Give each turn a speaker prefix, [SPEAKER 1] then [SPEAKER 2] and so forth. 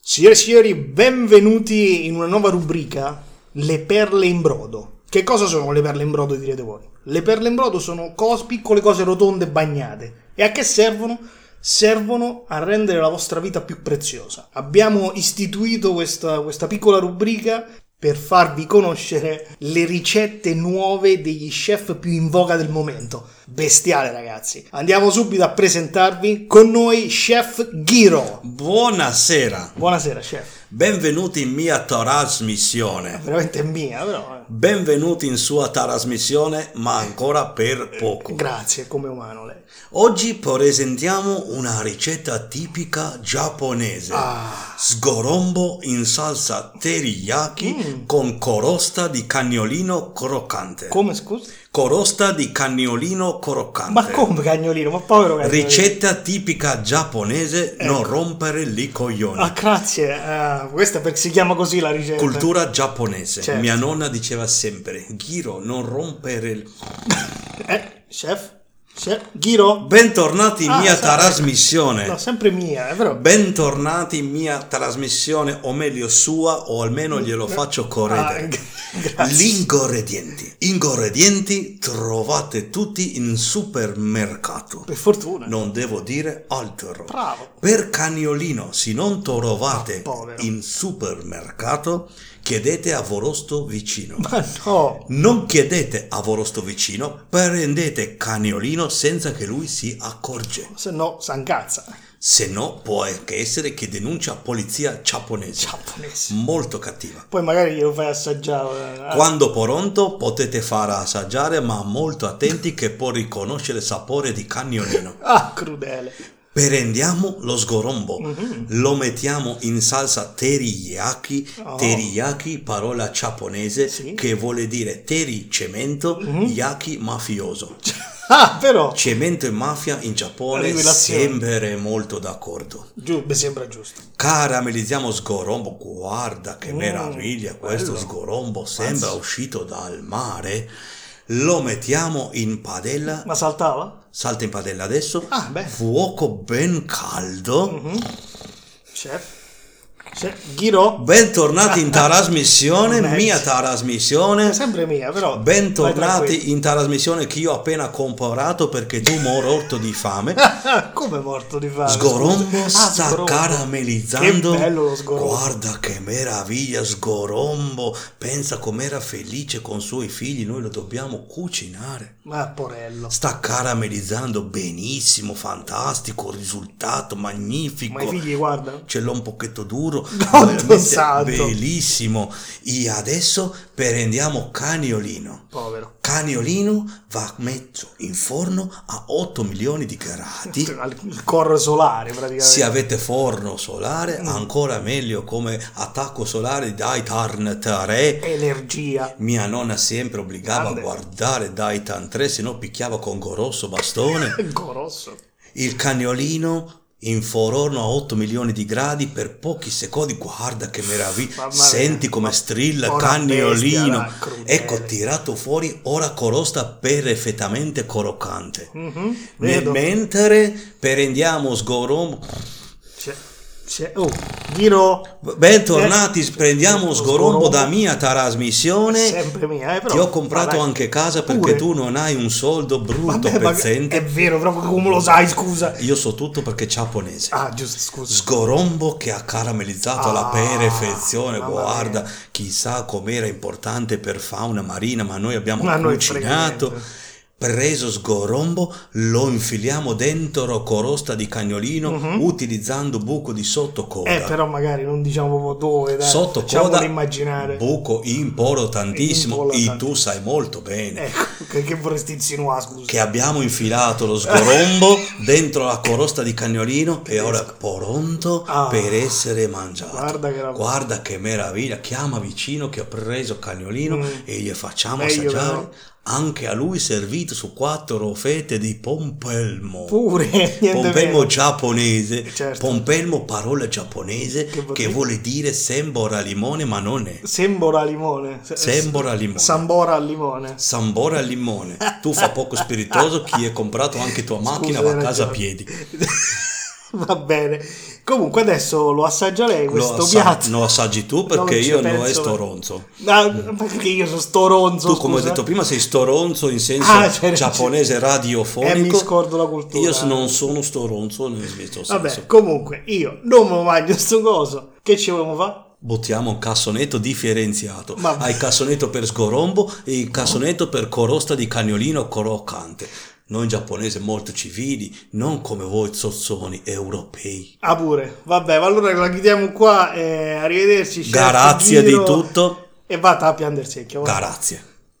[SPEAKER 1] Signore e signori, benvenuti in una nuova rubrica, le perle in brodo. Che cosa sono le perle in brodo, direte voi? Le perle in brodo sono cos- piccole cose rotonde bagnate. E a che servono? Servono a rendere la vostra vita più preziosa. Abbiamo istituito questa, questa piccola rubrica per farvi conoscere le ricette nuove degli chef più in voga del momento. Bestiale, ragazzi. Andiamo subito a presentarvi con noi Chef Ghiro.
[SPEAKER 2] Buonasera,
[SPEAKER 1] Buonasera, chef.
[SPEAKER 2] benvenuti in mia trasmissione.
[SPEAKER 1] Veramente è mia, però. eh.
[SPEAKER 2] Benvenuti in sua trasmissione, ma ancora per poco.
[SPEAKER 1] Grazie, come umano lei.
[SPEAKER 2] Oggi presentiamo una ricetta tipica giapponese.
[SPEAKER 1] Ah.
[SPEAKER 2] Sgorombo in salsa teriyaki
[SPEAKER 1] Mm.
[SPEAKER 2] con corosta di cagnolino croccante.
[SPEAKER 1] Come scusa?
[SPEAKER 2] corosta di cagnolino croccante.
[SPEAKER 1] Ma come cagnolino? Ma povero cagnolino.
[SPEAKER 2] Ricetta tipica giapponese, non rompere i coglioni.
[SPEAKER 1] Ecco. Ah, grazie. Ah, questa è perché si chiama così la ricetta.
[SPEAKER 2] Cultura giapponese.
[SPEAKER 1] Certo.
[SPEAKER 2] Mia nonna diceva sempre: Giro, non rompere il.
[SPEAKER 1] Eh, chef? Chef? Ghiro?
[SPEAKER 2] Bentornati in
[SPEAKER 1] Ah,
[SPEAKER 2] mia
[SPEAKER 1] sì.
[SPEAKER 2] trasmissione.
[SPEAKER 1] No, sempre mia, eh, è vero.
[SPEAKER 2] Bentornati in mia trasmissione, o meglio sua, o almeno glielo faccio
[SPEAKER 1] Ah,
[SPEAKER 2] corredere.
[SPEAKER 1] g- grazie.
[SPEAKER 2] Gli ingredienti. Ingredienti trovate tutti in supermercato.
[SPEAKER 1] Per fortuna.
[SPEAKER 2] Non devo dire altro.
[SPEAKER 1] Bravo.
[SPEAKER 2] Per cagnolino, se non trovate
[SPEAKER 1] povero.
[SPEAKER 2] in supermercato, chiedete a vostro vicino.
[SPEAKER 1] Ma no.
[SPEAKER 2] Non chiedete a vostro vicino, prendete cagnolino senza che lui si accorge.
[SPEAKER 1] Se no, s'angazza.
[SPEAKER 2] Se no, può anche essere che denuncia polizia giapponese.
[SPEAKER 1] Giapponese.
[SPEAKER 2] Molto cattiva.
[SPEAKER 1] Poi magari glielo fai assaggiare. Ah,
[SPEAKER 2] Quando pronto potete far assaggiare, ma molto attenti che può riconoscere il sapore di cagnolino.
[SPEAKER 1] ah, crudele.
[SPEAKER 2] Prendiamo lo sgorombo,
[SPEAKER 1] Mm-hmm.
[SPEAKER 2] lo mettiamo in salsa teriyaki,
[SPEAKER 1] Oh.
[SPEAKER 2] teriyaki parola giapponese
[SPEAKER 1] Sì. Mm-hmm.
[SPEAKER 2] che vuole dire teri cemento, yaki mafioso.
[SPEAKER 1] Ah, però.
[SPEAKER 2] Cemento e mafia in Giappone
[SPEAKER 1] Rivelazione.
[SPEAKER 2] sempre molto d'accordo.
[SPEAKER 1] Giù, mi sembra giusto.
[SPEAKER 2] Caramellizziamo sgorombo, guarda che
[SPEAKER 1] Mm,
[SPEAKER 2] meraviglia questo
[SPEAKER 1] bello.
[SPEAKER 2] sgorombo, sembra uscito dal mare. Lo mettiamo in padella,
[SPEAKER 1] Ma saltava?
[SPEAKER 2] salta in padella adesso,
[SPEAKER 1] Ah, beh. Mm-hmm.
[SPEAKER 2] fuoco ben caldo.
[SPEAKER 1] Chef? Chef? Ghiro?
[SPEAKER 2] Bentornati in trasmissione,
[SPEAKER 1] Nice.
[SPEAKER 2] mia trasmissione.
[SPEAKER 1] È sempre mia, però. vai tranquillo.
[SPEAKER 2] Bentornati in trasmissione che io ho appena comprato perché tu morto di fame.
[SPEAKER 1] Ah, Come è morto di fame?
[SPEAKER 2] Sgorombo
[SPEAKER 1] scusa? Ah,
[SPEAKER 2] sta
[SPEAKER 1] sgorombo.
[SPEAKER 2] caramellizzando.
[SPEAKER 1] Che bello lo sgorombo.
[SPEAKER 2] Guarda che meraviglia, Sgorombo. Pensa com'era felice con i suoi figli, noi lo dobbiamo cucinare.
[SPEAKER 1] Ma porello.
[SPEAKER 2] Sta caramellizzando benissimo, fantastico, risultato magnifico.
[SPEAKER 1] Ma i figli guardano.
[SPEAKER 2] Ce l'ho un pochetto duro,
[SPEAKER 1] Gatto
[SPEAKER 2] veramente
[SPEAKER 1] santo.
[SPEAKER 2] bellissimo. E adesso prendiamo cagnolino.
[SPEAKER 1] Povero.
[SPEAKER 2] Cagnolino va messo in forno a 8 milioni di gradi.
[SPEAKER 1] Cioè, Al- Il corro solare praticamente. Mm.
[SPEAKER 2] Se avete forno solare, ancora meglio come attacco solare Daitarn 3.
[SPEAKER 1] Energia.
[SPEAKER 2] Mia nonna sempre obbligava
[SPEAKER 1] Grande.
[SPEAKER 2] a guardare Daitarn 3, se no picchiava con grosso bastone.
[SPEAKER 1] Il corosso.
[SPEAKER 2] Il cagnolino in forno a 8 milioni di gradi per pochi secondi. Guarda che
[SPEAKER 1] Mamma
[SPEAKER 2] meraviglia!
[SPEAKER 1] mia.
[SPEAKER 2] Senti come
[SPEAKER 1] Ma
[SPEAKER 2] strilla
[SPEAKER 1] porra
[SPEAKER 2] cagnolino.
[SPEAKER 1] bestia, dai, crudele.
[SPEAKER 2] ecco, tirato fuori ora corosta perfettamente croccante.
[SPEAKER 1] Mhm,
[SPEAKER 2] Nel
[SPEAKER 1] Vedo.
[SPEAKER 2] Mentre prendiamo sgorombo.
[SPEAKER 1] C'è, c'è- Oh, Ghiro. Eh,
[SPEAKER 2] Bentornati, prendiamo
[SPEAKER 1] lo
[SPEAKER 2] sgorombo
[SPEAKER 1] sgorombo.
[SPEAKER 2] da mia trasmissione.
[SPEAKER 1] Sempre mia, eh, però.
[SPEAKER 2] Ti ho comprato
[SPEAKER 1] Ma dai,
[SPEAKER 2] anche casa perché
[SPEAKER 1] pure.
[SPEAKER 2] tu non hai un soldo brutto
[SPEAKER 1] Vabbè, ma
[SPEAKER 2] pezzente.
[SPEAKER 1] È vero, proprio come lo sai, scusa.
[SPEAKER 2] Io so tutto perché giapponese.
[SPEAKER 1] Ah, giusto, scusa.
[SPEAKER 2] Sgorombo che ha caramelizzato alla
[SPEAKER 1] Ah,
[SPEAKER 2] perfezione,
[SPEAKER 1] mamma
[SPEAKER 2] guarda, chissà com'era importante per fauna marina, ma noi abbiamo
[SPEAKER 1] Ma noi
[SPEAKER 2] cucinato.
[SPEAKER 1] frega
[SPEAKER 2] Preso sgorombo, lo infiliamo dentro corosta di cagnolino utilizzando buco di sottocoda.
[SPEAKER 1] Mhm. Eh, però magari non diciamo proprio dove, dai.
[SPEAKER 2] Sotto
[SPEAKER 1] Facciamolo
[SPEAKER 2] coda,
[SPEAKER 1] immaginare.
[SPEAKER 2] buco imporo tantissimo,
[SPEAKER 1] Imporo
[SPEAKER 2] e tu sai molto bene
[SPEAKER 1] Ecco, che, che vorresti insinuare, scusa?
[SPEAKER 2] che abbiamo infilato lo sgorombo dentro la corosta di cagnolino e ora è pronto
[SPEAKER 1] Ah.
[SPEAKER 2] per essere mangiato.
[SPEAKER 1] Guarda che meraviglia.
[SPEAKER 2] Guarda che meraviglia. Chiama vicino che ho preso cagnolino
[SPEAKER 1] Mm.
[SPEAKER 2] e gli facciamo
[SPEAKER 1] Meglio
[SPEAKER 2] assaggiare.
[SPEAKER 1] però.
[SPEAKER 2] Anche a lui servito su quattro fette di pompelmo.
[SPEAKER 1] Pure, Uh, niente
[SPEAKER 2] Pompelmo
[SPEAKER 1] meno.
[SPEAKER 2] giapponese,
[SPEAKER 1] Certo.
[SPEAKER 2] pompelmo parola giapponese
[SPEAKER 1] Che
[SPEAKER 2] che,
[SPEAKER 1] vuol dire?
[SPEAKER 2] vuole dire sembora limone ma non è.
[SPEAKER 1] Sembora al limone. Se-
[SPEAKER 2] Sembora limone.
[SPEAKER 1] Sambora al limone.
[SPEAKER 2] Sambora al limone, tu fa poco spiritoso chi è comprato anche tua macchina
[SPEAKER 1] Scusa,
[SPEAKER 2] va
[SPEAKER 1] hai
[SPEAKER 2] a casa a
[SPEAKER 1] ragione.
[SPEAKER 2] piedi.
[SPEAKER 1] Va bene. Comunque adesso lo assaggia lei questo
[SPEAKER 2] lo, assa-
[SPEAKER 1] piatto.
[SPEAKER 2] lo assaggi tu perché
[SPEAKER 1] Non ci
[SPEAKER 2] io
[SPEAKER 1] penso,
[SPEAKER 2] no e sto
[SPEAKER 1] ma-
[SPEAKER 2] ronzo.
[SPEAKER 1] Ah, perché io sono storonzo.
[SPEAKER 2] Tu, come ho
[SPEAKER 1] scusa.
[SPEAKER 2] detto prima, sei storonzo in senso
[SPEAKER 1] Ah, c'è ragione.
[SPEAKER 2] giapponese radiofonico.
[SPEAKER 1] Eh, mi scordo la cultura.
[SPEAKER 2] Io s- non sono storonzo nel senso.
[SPEAKER 1] Vabbè, comunque io non mi mangio sto coso. Che ci vogliamo fare?
[SPEAKER 2] Buttiamo un cassonetto differenziato.
[SPEAKER 1] Ma-
[SPEAKER 2] Hai il cassonetto per sgorombo e il cassonetto per corosta di cagnolino croccante. Noi in giapponese molto civili, non come voi zozzoni europei.
[SPEAKER 1] Ah pure, vabbè, ma allora la chiudiamo qua, eh, arrivederci. certo
[SPEAKER 2] Grazie di
[SPEAKER 1] giro.
[SPEAKER 2] tutto.
[SPEAKER 1] E vada a piangere secchio. va.
[SPEAKER 2] Grazie.